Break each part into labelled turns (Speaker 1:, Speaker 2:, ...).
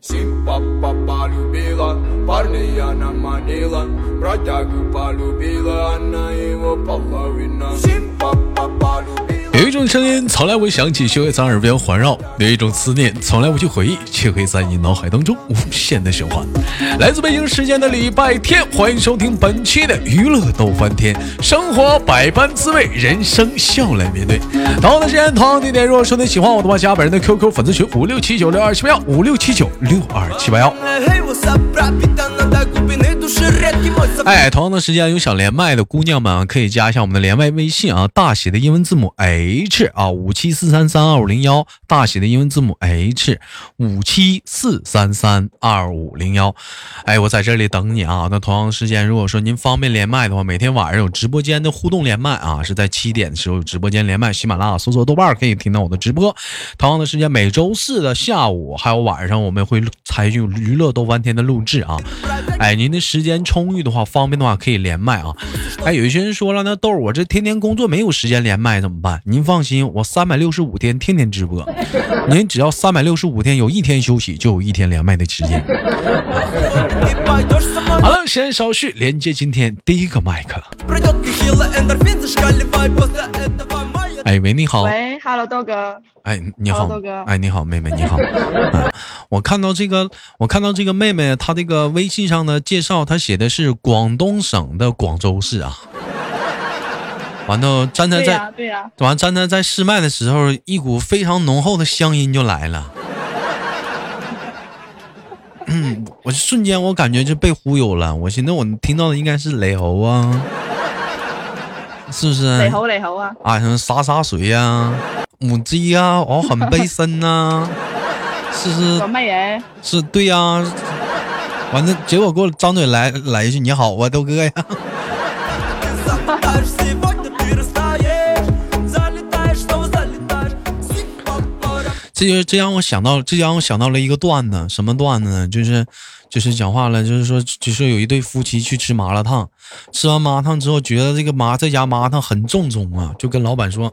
Speaker 1: Всім папа полюбила, парня я наманила, бродягу полюбила, она его половина. Всім папа полюбила.
Speaker 2: 有一种声音从来不响起，却会在耳边环绕；有一种思念从来不去回忆，却会在你脑海当中无限的循环。来自北京时间的礼拜天，欢迎收听本期的娱乐逗翻天，生活百般滋味，人生笑来面对。同样的时间，同样地点，如果说你喜欢我的话，加本人的 QQ 粉丝群五六七九六二七八幺五六七九六二七八幺。
Speaker 1: Эй, васап, пропитана до глубины души редкий мой сапог.
Speaker 2: 哎，同样的时间，有想连麦的姑娘们啊，可以加一下我们的连麦微信啊，大写的英文字母 H 啊，五七四三三二五零幺，大写的英文字母 H 五七四三三二五零幺。哎，我在这里等你啊。那同样的时间，如果说您方便连麦的话，每天晚上有直播间的互动连麦啊，是在七点的时候有直播间连麦，喜马拉雅搜索豆瓣儿可以听到我的直播。同样的时间，每周四的下午还有晚上，我们会录采用娱乐逗翻天的录制啊。哎，您的时间充裕的话，方便的话可以连麦啊。哎，有一些人说了，那豆儿，我这天天工作没有时间连麦怎么办？您放心，我三百六十五天天天直播，您只要三百六十五天有一天休息，就有一天连麦的时间。
Speaker 1: Ты пойдешь со мной,
Speaker 2: 好了，闲言少叙，连接今天第一个麦克。
Speaker 1: пройдет нехило эндорфин, зашкаливай после этого моя
Speaker 2: 哎喂，你好，
Speaker 3: 喂，Hello，豆哥，
Speaker 2: 哎你好
Speaker 3: Hello，豆哥，
Speaker 2: 哎你好，妹妹你 好。啊我看到这个，我看到这个妹妹，她这个微信上的介绍，她写的是广东省的广州市 啊。完了，站在
Speaker 3: 对
Speaker 2: 在、
Speaker 3: 呀、对呀、
Speaker 2: 完，站在在试麦的时候，一股非常浓厚的乡音就来 了。嗯，我瞬间我感觉就被忽悠了。我寻思我听到的应该是雷猴啊，是不是？
Speaker 3: 你好你好啊，
Speaker 2: 啊，什么洒洒水呀、 母鸡呀、我很悲深呐、 是不是
Speaker 3: 做乜嘢？
Speaker 2: 是对呀、完了，结果给我张嘴来来一句“你好啊，豆哥呀
Speaker 1: Залетаешь, сегодня ты растаешь Залетаешь, снова залетаешь Сик, пап, пара ”，
Speaker 2: 这就这让我想到，这让我想到了一个段子，什么段子呢？就是就是讲话了，就是说，就是有一对夫妻去吃麻辣烫，吃完麻辣烫之后，觉得这个麻这家麻辣烫很正宗啊，就跟老板说：“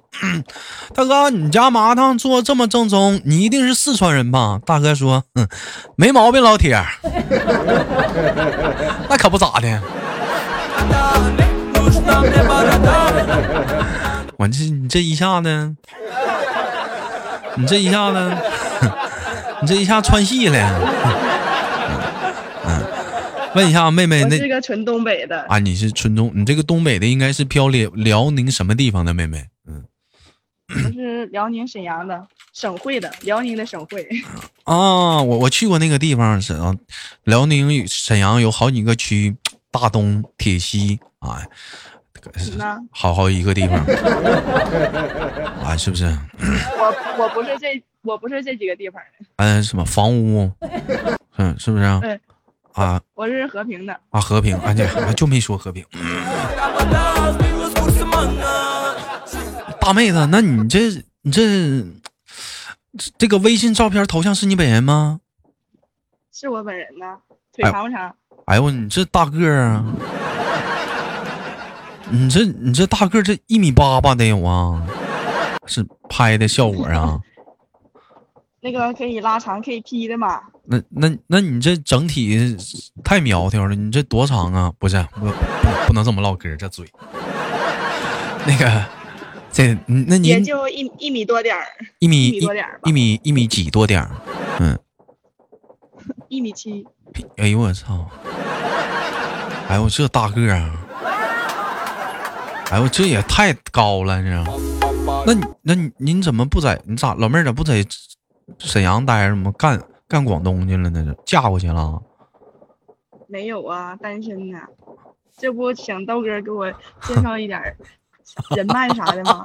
Speaker 2: 大哥，你家麻辣烫做这么正宗，你一定是四川人吧？”大哥说：“嗯，没毛病，老铁儿， 那可不咋的。”
Speaker 1: Даме, нужна мне борода
Speaker 2: 我这你这一下呢，你这一下呢，你这一下串戏了。 嗯，问一下妹妹，
Speaker 3: 我
Speaker 2: 那
Speaker 3: 是个纯东北的，
Speaker 2: 啊，你是村中，你这个东北的应该是飘辽辽宁什么地方的妹妹？嗯
Speaker 3: 我是辽宁沈阳的，省会的，辽宁的省 会。
Speaker 2: 啊，我我去过那个地方，沈阳、辽宁沈阳有好几个区，大东、铁西啊，
Speaker 3: 那
Speaker 2: 好好一个地方 啊，是不是？
Speaker 3: 我我不是这我不是这几个地方的，
Speaker 2: 嗯、什么房屋？嗯，是不是啊？
Speaker 3: 对，
Speaker 2: 啊，
Speaker 3: 我是和平的。
Speaker 2: 啊，和平，啊，这我就没说和平。
Speaker 1: Вода сбила с курса мана
Speaker 2: 大妹子，那你这你这这这个微信照片头像是你本人吗？
Speaker 3: 是我本人呐，腿
Speaker 2: 哎
Speaker 3: 长不长？
Speaker 2: 哎呦，你这大个儿啊！你这你这大个儿，这一米八吧得有啊？是拍的效果啊？
Speaker 3: 那个可以拉长，可以 P 的嘛？
Speaker 2: 那那那你这整体太苗条了，你这多长啊？不是，我不不能这么唠嗑，这嘴。那个，这嗯那
Speaker 3: 也
Speaker 2: 您
Speaker 3: 就一一米多点儿，
Speaker 2: 一米
Speaker 3: 一米多点儿吧
Speaker 2: 一米一米几多点儿？嗯。
Speaker 3: 一米七。
Speaker 2: 哎呦我操！哎呦这大个儿啊！哎呦这也太高了这。那你那你您怎么不在？你咋老妹儿咋不在沈阳待着吗？干干广东去了那是嫁过去了？啊
Speaker 3: 没有啊，单身呢。这不请豆哥给我介绍一 点儿人脉啥的吗？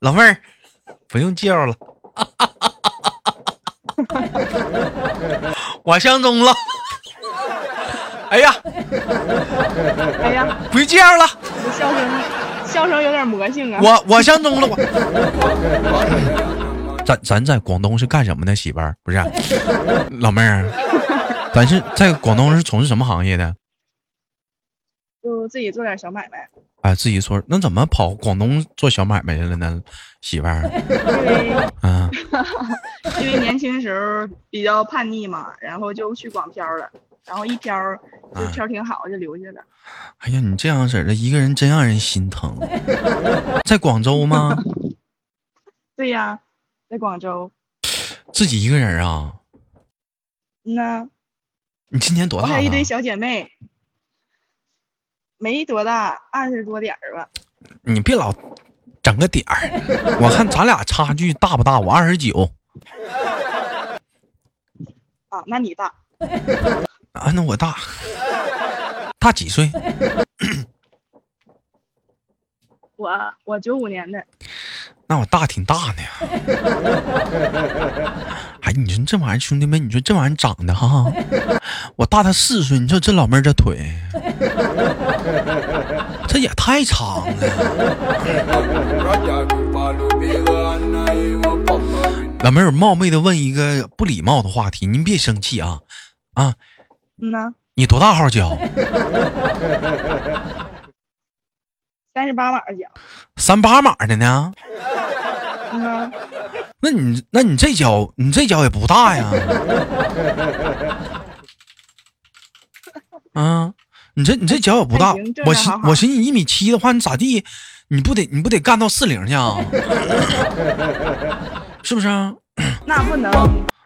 Speaker 2: 老妹儿不用介绍了，我相中了。哎呀，
Speaker 3: 哎呀。
Speaker 2: 不用介绍了，
Speaker 3: 笑声，笑声有点魔性啊！
Speaker 2: 我我相中了我。咱咱在广东是干什么的？媳妇儿不是，啊老妹儿，咱是在广东是从事什么行业的？
Speaker 3: 就自己做点小买卖，
Speaker 2: 啊，自己做，那怎么跑广东做小买卖去了呢？媳妇儿，
Speaker 3: 因为
Speaker 2: 啊，
Speaker 3: 因为年轻时候比较叛逆嘛，然后就去广漂了，然后一漂就漂挺好，就留下了。
Speaker 2: 哎呀，你这样式儿的一个人真让人心疼。在广州吗？
Speaker 3: 对呀，在广州。
Speaker 2: 自己一个人啊？
Speaker 3: 嗯呐，
Speaker 2: 你今年多
Speaker 3: 我
Speaker 2: 大
Speaker 3: 还有一
Speaker 2: 了？
Speaker 3: 堆小姐妹，没多大，二十多点儿吧。
Speaker 2: 你别老整个点 儿，我看咱俩差距大不大？我二十九
Speaker 3: 啊，那你大
Speaker 2: 啊，那我大，大几岁？
Speaker 3: 我，我九五年的，
Speaker 2: 那我大挺大的 呀。哎，你说这玩意儿，兄弟们，你说这玩意儿长得哈，我大他四岁，你说这老妹儿这腿，这也太长了。老妹儿冒昧的问一个不礼貌的话题，您别生气啊啊！
Speaker 3: 嗯呐，
Speaker 2: 你多大号脚？
Speaker 3: 三十八码儿脚，
Speaker 2: 三八码的呢？
Speaker 3: 嗯呐，
Speaker 2: 那你那你这脚你这脚也不大呀？啊，你这你这脚也不大
Speaker 3: 还哎行，正
Speaker 2: 我
Speaker 3: 正
Speaker 2: 寻
Speaker 3: 好好
Speaker 2: 我寻思你一米七的话，你咋地？你不得你不得干到四零去啊？ 是不是啊？
Speaker 3: 那不能，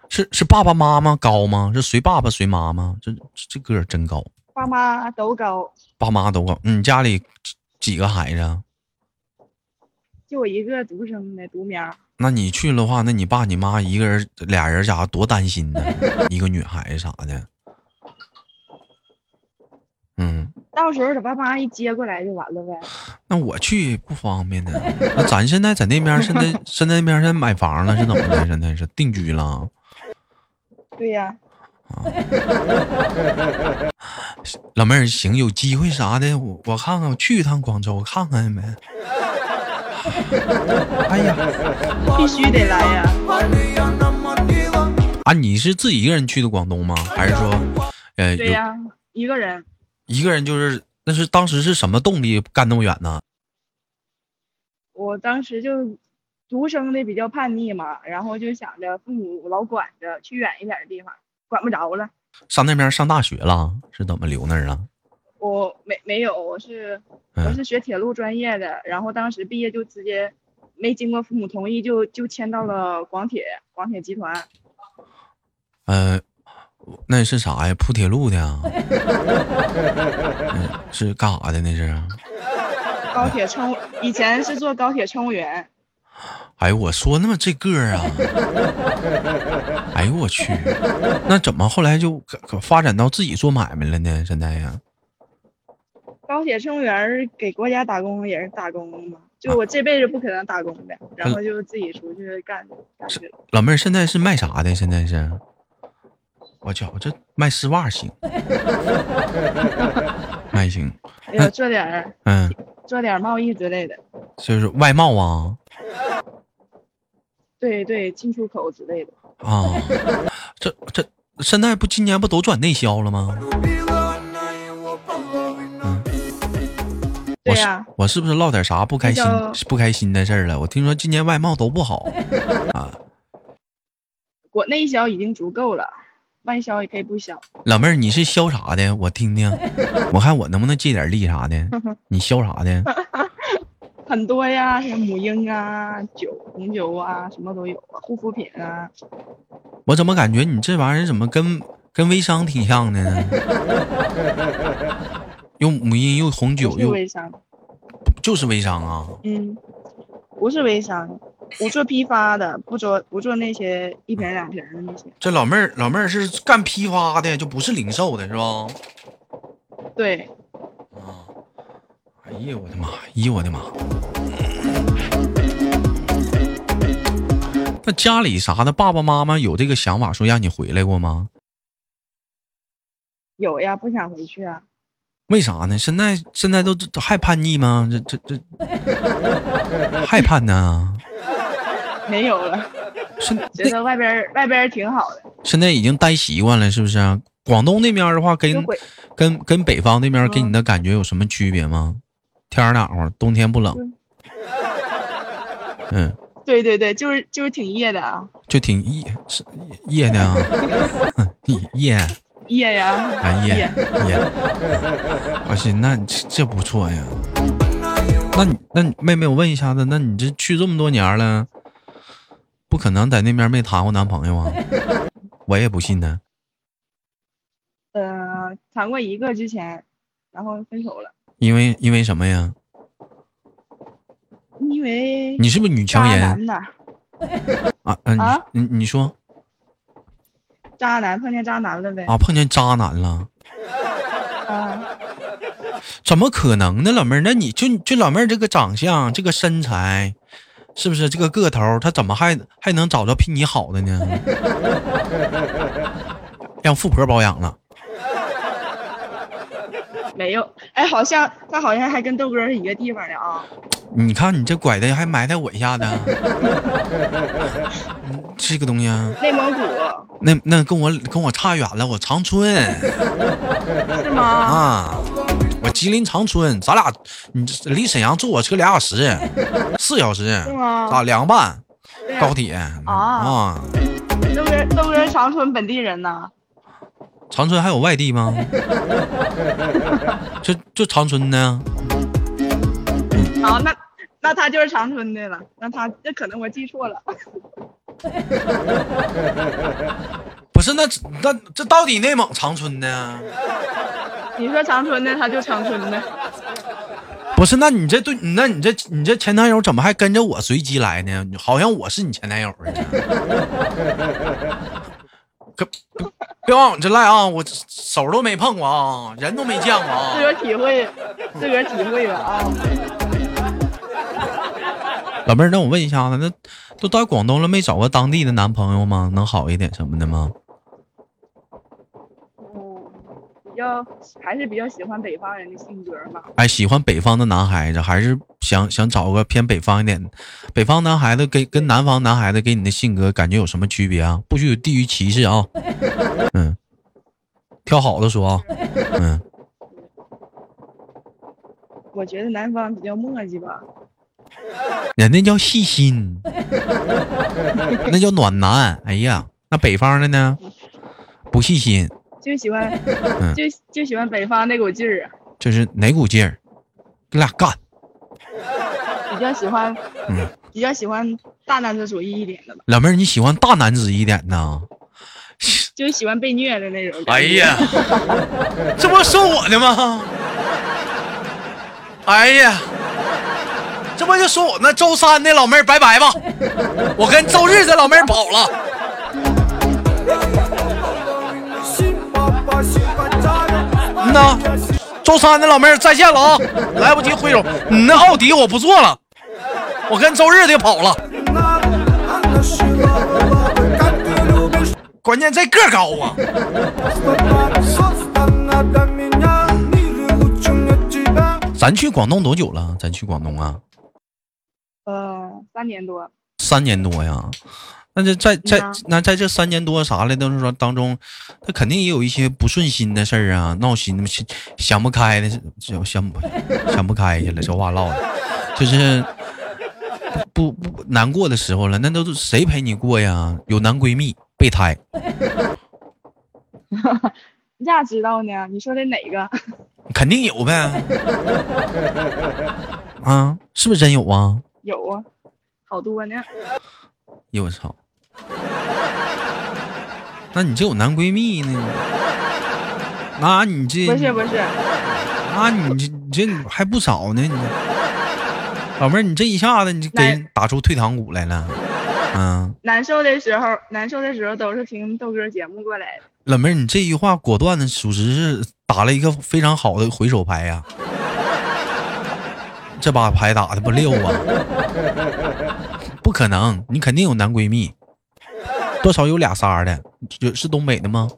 Speaker 2: 是是爸爸妈妈高吗？是随爸爸随妈妈？这这这个儿真高，
Speaker 3: 爸妈都高，
Speaker 2: 爸妈都高。你家里几几个孩子啊？
Speaker 3: 就我一个独生的独苗儿，
Speaker 2: 那你去的话，那你爸你妈一个人俩人家多担心呢，一个女孩子啥的。嗯，
Speaker 3: 到时候他爸妈一接过来就完了呗。
Speaker 2: 那我去不方便呢。那咱现在在那边，现在现在那边现在买房了，是怎么的？现在是定居了。
Speaker 3: 对呀、
Speaker 2: 老妹儿，行，有机会啥的，我我看看，我去一趟广州看看呗。 哎呀，
Speaker 3: 必须得来呀、
Speaker 2: 啊，你是自己一个人去的广东吗？还是说，呃，
Speaker 3: 对
Speaker 2: 有
Speaker 3: 呀、一个人，
Speaker 2: 一个人就是？那是当时是什么动力干那么远呢？
Speaker 3: 我当时就独生的比较叛逆嘛，然后就想着父母老管着，去远一点的地方，管不着了。
Speaker 2: 上那边上大学了，是怎么留那儿啊了？
Speaker 3: 我没没有，我是我
Speaker 2: 嗯，
Speaker 3: 是学铁路专业的，然后当时毕业就直接没经过父母同意就就签到了广铁广铁集团。
Speaker 2: 呃，那是啥呀？铺铁路的呀？ 嗯是干啥的？那是？啊
Speaker 3: 高铁乘务，以前是做高铁乘务员，
Speaker 2: 哎呦，我说那么这个儿啊！ 哎呦我去，那怎么后来就可可发展到自己做买卖了呢？现在呀，
Speaker 3: 高铁乘务员儿给国家打工也是打工嘛，就我这辈子不可能打工的，然后就自己出去干干去了。
Speaker 2: 老妹儿现在是卖啥的？现在是？我觉我这卖丝袜行， 卖行，
Speaker 3: 哎呀，做点儿
Speaker 2: 嗯，
Speaker 3: 做点儿贸易之类的，
Speaker 2: 就是外贸啊。
Speaker 3: 对对，进出口之类的。
Speaker 2: 啊，这这现在不今年不都转内销了吗？
Speaker 3: 对
Speaker 2: 我是
Speaker 3: 呀、
Speaker 2: 我是不是唠点啥不开心
Speaker 3: 那叫
Speaker 2: 不开心的事儿了？我听说今年外贸都不好啊。
Speaker 3: 国内销已经足够了，外销也可以不销。
Speaker 2: 老妹儿，你是销啥的？我听听，我看我能不能借点力啥的。
Speaker 3: 嗯
Speaker 2: 你销啥的？
Speaker 3: 很多呀，什么母婴啊、酒、红酒啊，什么都有啊，护肤品啊，
Speaker 2: 我怎么感觉你这玩意儿怎么跟跟微商挺像的呢？又母婴又红
Speaker 3: 不
Speaker 2: 酒
Speaker 3: 是
Speaker 2: 又
Speaker 3: 微商，
Speaker 2: 就是微商啊。
Speaker 3: 嗯，不是微商，不做批发的，不做不做那些一瓶两瓶的那些，
Speaker 2: 这老妹儿老妹儿是干批发的，就不是零售的是吧？
Speaker 3: 对，
Speaker 2: 啊！哎呀，我的妈！哎呀，我的妈！那家里啥的，爸爸妈妈有这个想法，说让你回来过吗？
Speaker 3: 有呀，不想回去啊，
Speaker 2: 为啥呢？现在现在都都还叛逆吗？这这这还叛呢？
Speaker 3: 没有了，
Speaker 2: 现
Speaker 3: 觉
Speaker 2: 那
Speaker 3: 得外边儿外边儿挺好的，
Speaker 2: 现在已经待习惯了，是不是啊？广东那边儿的话，
Speaker 3: 就
Speaker 2: 跟
Speaker 3: 回
Speaker 2: 跟跟北方那边儿给你
Speaker 3: 嗯
Speaker 2: 的感觉有什么啊区别吗？天儿暖和，冬天不冷。嗯，
Speaker 3: 对对对，就是就是挺夜的啊，
Speaker 2: 就挺夜是夜呢， 夜
Speaker 3: 夜呀，
Speaker 2: 啊夜夜， 我寻思那你这这不错呀。那你那你妹妹，我问一下子，那你这去这么多年了，不可能在那边没谈过男朋友啊？ 我也不信呢。
Speaker 3: 呃，谈过一个之前，然后分手了，
Speaker 2: 因为因为什么呀？
Speaker 3: 因为
Speaker 2: 你是不是女
Speaker 3: 渣
Speaker 2: 强人
Speaker 3: 男呐，
Speaker 2: 啊？嗯、
Speaker 3: 啊
Speaker 2: 你你你说
Speaker 3: 渣男碰见渣男了呗，
Speaker 2: 啊，碰见渣男了？
Speaker 3: 啊，
Speaker 2: 怎么可能呢，老妹儿？那你就就老妹儿这个长相，这个身材，是不是这个个头儿，她怎么还还能找着比你好的呢？ 让富婆包养了，
Speaker 3: 没有，哎，好像他好像还跟豆哥是一个地方的啊，
Speaker 2: 你看你这拐的还埋汰我一下子，嗯这个东西啊，
Speaker 3: 内蒙古
Speaker 2: 那那跟我跟我差远了，我长春
Speaker 3: 是吗？
Speaker 2: 啊，我吉林长春，咱俩你这离沈阳坐我车俩小时，四小时，
Speaker 3: 是吗
Speaker 2: 咋两个半
Speaker 3: 对呀
Speaker 2: 高铁啊
Speaker 3: 豆哥豆哥是长春本地人呐，
Speaker 2: 长春还有外地吗？ 就就长春呢？
Speaker 3: 啊，那那他就是长春的了，那他那可能我记错了，
Speaker 2: 不是，那那这到底内蒙长春呢？
Speaker 3: 你说长春的他就长春的。
Speaker 2: 不是，那你这对，那你这你这前男友怎么还跟着我随机来呢？好像我是你前男友似的。 可不别往我这赖啊！我手都没碰过啊，人都没见过啊
Speaker 3: 自。个儿体会，自个儿体会吧啊！
Speaker 2: 老妹儿，那我问一下子，那都到广东了，没找个当地的男朋友吗？能好一点什么的吗？
Speaker 3: 嗯，比较还是比较喜欢北方人的性格嘛。
Speaker 2: 哎，喜欢北方的男孩子，还是想想找个偏北方一点的？北方男孩子跟跟南方男孩子给你的性格感觉有什么区别啊？不许有地域歧视啊！嗯，挑好的说啊。嗯，
Speaker 3: 我觉得南方比较磨叽吧，
Speaker 2: 人那叫细心，那叫暖男。哎呀，那北方的呢？不细心，
Speaker 3: 就喜欢
Speaker 2: 嗯
Speaker 3: 就就喜欢北方那股劲儿，啊
Speaker 2: 就是哪股劲儿？跟俩干。
Speaker 3: 比较喜欢
Speaker 2: 嗯，
Speaker 3: 比较喜欢大男子主义一点的吧，
Speaker 2: 老妹儿，你喜欢大男子一点呢？
Speaker 3: 就是喜欢被虐的那种。
Speaker 2: 哎，呀，这不说我呢吗？哎呀，这不就说我那周三的老妹儿拜拜吧，我跟周日的老妹儿跑了。嗯呐，周三的老妹儿再见了啊，来不及挥手。你那奥迪我不坐了，我跟周日的跑了。关键这个儿高啊。咱去广东多久了？咱去广东啊，
Speaker 3: 呃，三年多，
Speaker 2: 三年多呀。那这在在
Speaker 3: 嗯啊
Speaker 2: 那在这三年多啥的都是说当中，他肯定也有一些不顺心的事儿啊，闹心的想想不开的，想想不想不开去了，这话唠的，就是不不难过的时候了，那都是谁陪你过呀？有男闺蜜、备胎，
Speaker 3: 你咋知道呢？你说的哪个？
Speaker 2: 肯定有呗。啊，是不是真有啊？
Speaker 3: 有啊，好多呢。
Speaker 2: 嗯哎呦我操！那你这有男闺蜜呢？那你这
Speaker 3: 不是不是，
Speaker 2: 那你这你这还不少呢？你老妹儿，你这一下子你就给
Speaker 3: 那
Speaker 2: 人打出退堂鼓来了。嗯，
Speaker 3: 难受的时候，难受的时候都是听豆哥节目过来的。
Speaker 2: 老妹儿，你这一句话果断的，属实是打了一个非常好的回手牌呀、这把牌打的不溜啊！不可能，你肯定有男闺蜜，多少有俩仨儿的，有是东北的吗？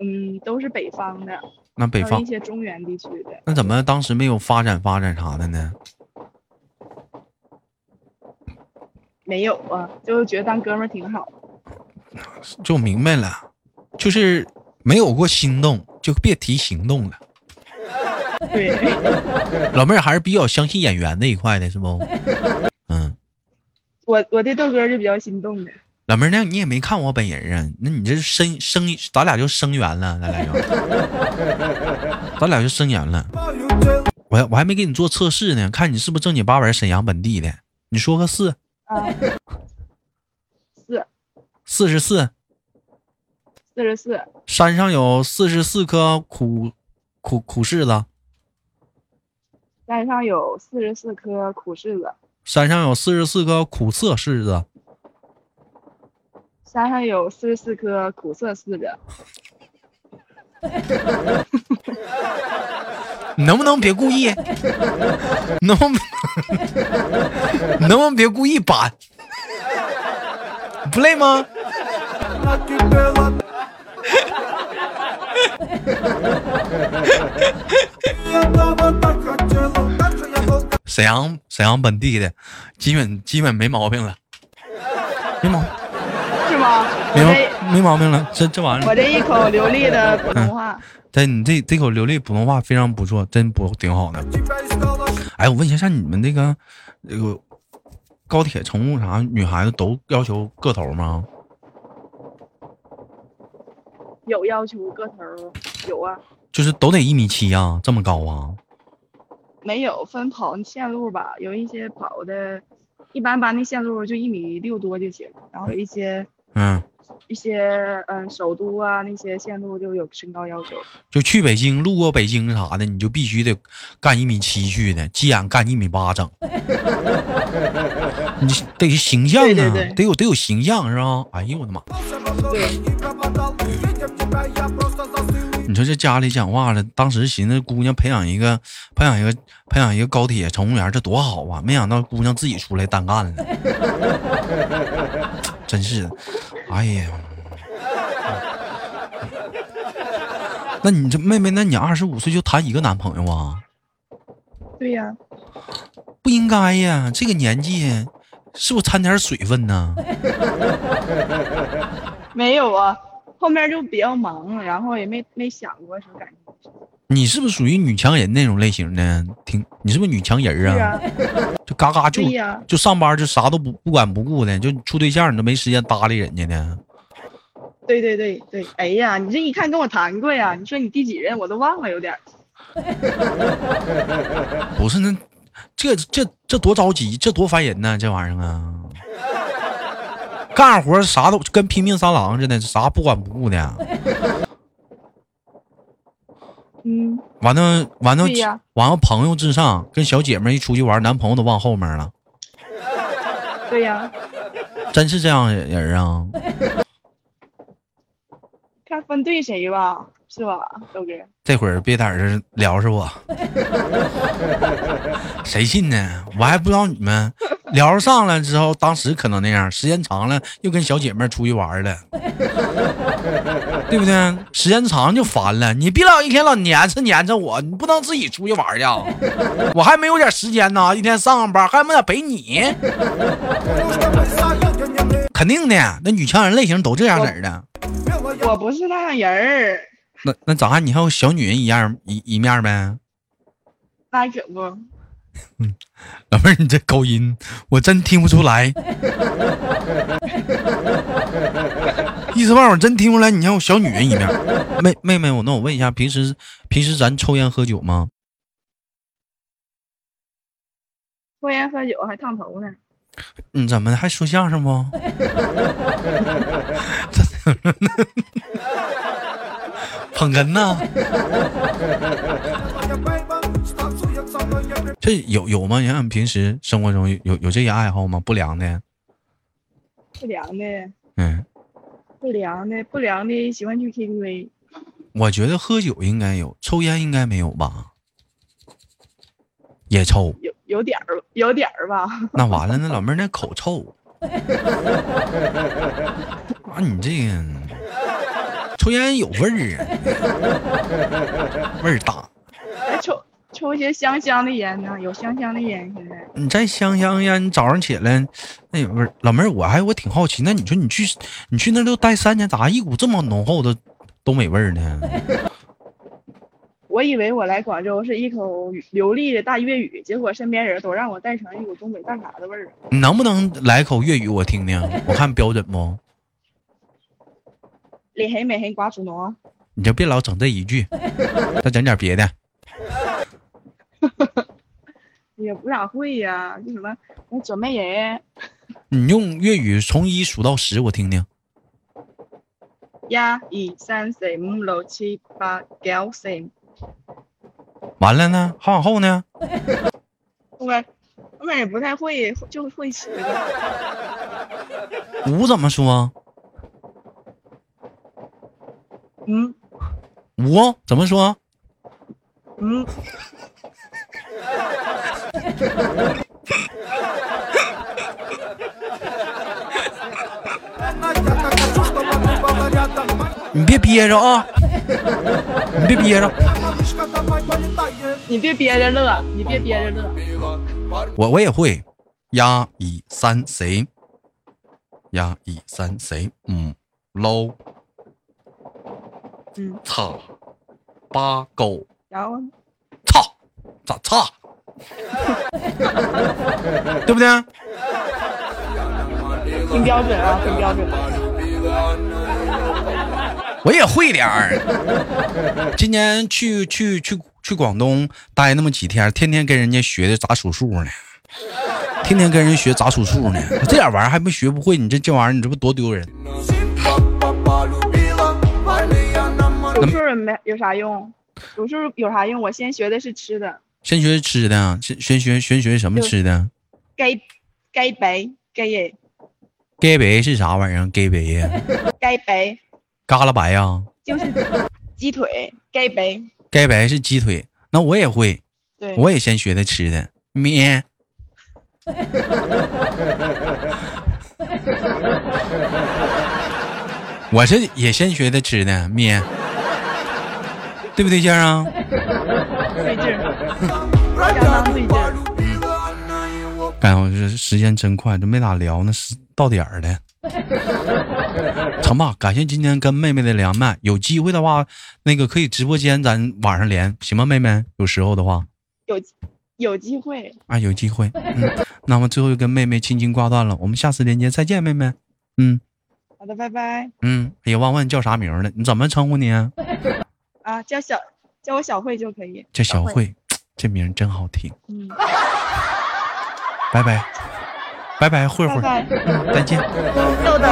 Speaker 3: 嗯，都是北方的，
Speaker 2: 那北
Speaker 3: 还有
Speaker 2: 方
Speaker 3: 一些中原地区的，
Speaker 2: 那怎么当时没有发展发展啥的呢？
Speaker 3: 没有啊，就觉得当哥们儿挺好。
Speaker 2: 就明白了，就是没有过心动，就别提行动了。
Speaker 3: 对，
Speaker 2: 老妹儿还是比较相信眼缘那一块的，是不？嗯、
Speaker 3: 我我对豆哥是比较心动的。
Speaker 2: 老妹儿，那你也没看我本人啊？那你这生生，咱俩就生缘了，咱俩就，咱俩就生缘了。我还我还没给你做测试呢，看你是不是正经八百沈阳本地的。你说个四
Speaker 3: 啊， 四
Speaker 2: 四十四，
Speaker 3: 四十四，
Speaker 2: 山上有四十四颗苦苦苦柿子，
Speaker 3: 山上有四十四颗苦柿子，
Speaker 2: 山上有四十四颗苦涩柿子。
Speaker 3: 山上有四十四颗苦涩柿子。
Speaker 2: 你能不能别故 意？能不能能不能别故意板？不累吗？沈阳沈阳本地的，基本基本没毛病了，没毛
Speaker 3: 是吗？我
Speaker 2: 没嗯毛
Speaker 3: 这
Speaker 2: 没毛病了，这这玩意儿
Speaker 3: 我。这一口流利的普通话，
Speaker 2: 但你这这口流利普通话非常不错，真不挺好的。哎，我问一下，像你们这个这个高铁乘务啥，女孩子都要求个头吗？
Speaker 3: 有要求个头儿有啊，
Speaker 2: 就是都得一米七啊，这么高啊？
Speaker 3: 没有分跑线路吧？有一些跑的，一般般的线路就一米六多就行，然后有一些
Speaker 2: 嗯，
Speaker 3: 一些嗯首都啊那些线路就有身高要求。
Speaker 2: 就去北京，路过北京啥的，你就必须得干一米七去的，急眼干一米八整， 你得形象啊，
Speaker 3: 对对对
Speaker 2: 得有得有形象是吧？哎呦我的妈！你说这家里讲话了，当时寻思姑娘培养一个培养一个培养一个高铁乘务员，这多好啊！没想到姑娘自己出来单干了， 真是的，哎呀！那你这妹妹，那你二十五岁就谈一个男朋友啊？
Speaker 3: 对呀、
Speaker 2: 不应该呀，这个年纪是不是掺点水分呢？
Speaker 3: 没有啊，后面就比较忙，然后也没没想过什么感情。
Speaker 2: 你是不是属于女强人那种类型的？挺，你是不是女强人
Speaker 3: 是
Speaker 2: 啊？
Speaker 3: 啊，
Speaker 2: 就嘎嘎就、
Speaker 3: 对呀
Speaker 2: 就上班就啥都不不管不顾的，就处对象你都没时间搭理人家呢。
Speaker 3: 对对对对，哎呀，你这一看跟我谈过呀？你说你第几任我都忘了，有点儿。
Speaker 2: 不是那这这这多着急，这多烦人呢，这玩意儿啊！干活啥都跟拼命三郎似的，啥不管不顾的。
Speaker 3: 嗯，
Speaker 2: 完了完了
Speaker 3: 对呀，
Speaker 2: 完了，朋友至上，跟小姐妹一出去玩，男朋友都忘后面了，
Speaker 3: 对呀、
Speaker 2: 真是这样的人啊！
Speaker 3: 看分对谁吧，是吧，豆哥？
Speaker 2: 这会儿别在这儿聊是我，谁信呢？我还不知道你们聊上了之后，当时可能那样，时间长了又跟小姐妹出去玩了，对不对？时间长就烦了，你别老一天老粘着粘着我，你不能自己出去玩呀？我还没有点时间呢，一天上上班还没得陪你，肯定的。那女强人类型都这样式儿的。
Speaker 3: 我不是那样人儿，
Speaker 2: 那那咋？你还有小女人一样一一面呗？
Speaker 3: 那可不，
Speaker 2: 老妹儿，你这高音我真听不出来， 一时半会儿真听不出来。你像我小女人一面儿，妹妹妹，我那我问一下，平时平时咱抽烟喝酒吗？
Speaker 3: 抽烟喝酒还烫头呢。
Speaker 2: 你嗯怎么还说相声不？ 捧哏呢？这有有吗？你看平时生活中有有有这些爱好吗？不良的，
Speaker 3: 不良的，
Speaker 2: 嗯。
Speaker 3: 不良的，不良的喜欢去 KTV，
Speaker 2: 我觉得喝酒应该有，抽烟应该没有吧？也抽，
Speaker 3: 有有点儿，有点儿吧。
Speaker 2: 那完了，那老妹儿那口臭。 啊，你这个抽烟有味儿啊，味儿大。
Speaker 3: 还抽抽一些香香的烟呢，有香香的烟现在。
Speaker 2: 你再香香呀，你早上起来那有味儿。老妹儿，我还我挺好奇，那你说你去你去那都待三年，咋一股这么浓厚的东北味儿呢？
Speaker 3: 我我以为我来广州是一口流利的大粤语，结果身边人都让我带成一股东北大碴子味儿了。
Speaker 2: 你能不能来口粤语我听听？我看标准不？
Speaker 3: 你黑没黑瓜子农？
Speaker 2: 你就别老整这一句，再整点别的。
Speaker 3: 也不咋会呀、就什么我准备人
Speaker 2: 你用粤语从一数到十，我听听。
Speaker 3: 一、二、三、四、五、六、七、八、九、十。
Speaker 2: 完了呢，还往后呢？
Speaker 3: 后面后面也不太会，就会十个。
Speaker 2: 五怎么说？
Speaker 3: 嗯
Speaker 2: 五怎么说？
Speaker 3: 嗯，
Speaker 2: 你别憋着啊！你别憋着，
Speaker 3: 你别憋着乐，你别憋着乐。
Speaker 2: 我我也会。呀一三谁？呀一三谁？嗯，喽
Speaker 3: 嗯，
Speaker 2: 操，八狗
Speaker 3: 然后呢
Speaker 2: 操，咋操？ 对不对？啊
Speaker 3: 挺标准啊，挺标准。
Speaker 2: 我也会点儿。今年去去去去广东待那么几天，天天跟人家学的咋数数呢，天天跟人学咋数数呢。这点玩意儿还没学不会，你这这玩意儿你这不多丢人？
Speaker 3: 数数没有啥用，数数有啥用？我先学的是吃的，
Speaker 2: 先学吃的，啊先先学先学什么吃的？
Speaker 3: 鸡鸡白鸡
Speaker 2: 盖白是啥玩意儿？盖白呀，
Speaker 3: 鸡白
Speaker 2: 嘎啦白呀，
Speaker 3: 就是鸡腿，鸡白
Speaker 2: 盖白是鸡腿。那我也会，
Speaker 3: 对，
Speaker 2: 我也先学的吃的面。 我是也先学的吃的面，对不对，啊先生？
Speaker 3: 对劲儿，相当对劲儿。
Speaker 2: 哎呀，我这时间真快，这没咋聊呢，是到点儿了。成吧，感谢今天跟妹妹的连麦，有机会的话，那个可以直播间咱晚上连，行吗？妹妹，有时候的话。
Speaker 3: 有有机会，
Speaker 2: 啊，有机会。嗯，那么最后就跟妹妹轻轻挂断了，我们下次连接再见，妹妹。嗯
Speaker 3: 好的，拜拜
Speaker 2: 嗯，哎呀，忘问叫啥名儿了，你怎么称呼你啊？
Speaker 3: 啊，叫小叫我小慧就可以，
Speaker 2: 叫小慧，这名儿真好听。
Speaker 3: 嗯，
Speaker 2: 拜拜，拜拜，慧慧
Speaker 3: 拜，拜，
Speaker 2: 嗯，再见。
Speaker 3: 豆豆。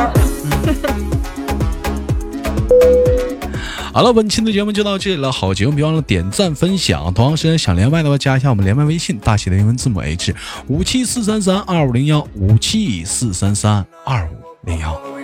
Speaker 2: 好了，本期的节目就到这里了。好节目，别忘了点赞分享。同样时间想连麦的话，加一下我们连麦微信，大写的英文字母 H 五七四三三二五零幺五七四三三二五零幺。
Speaker 1: We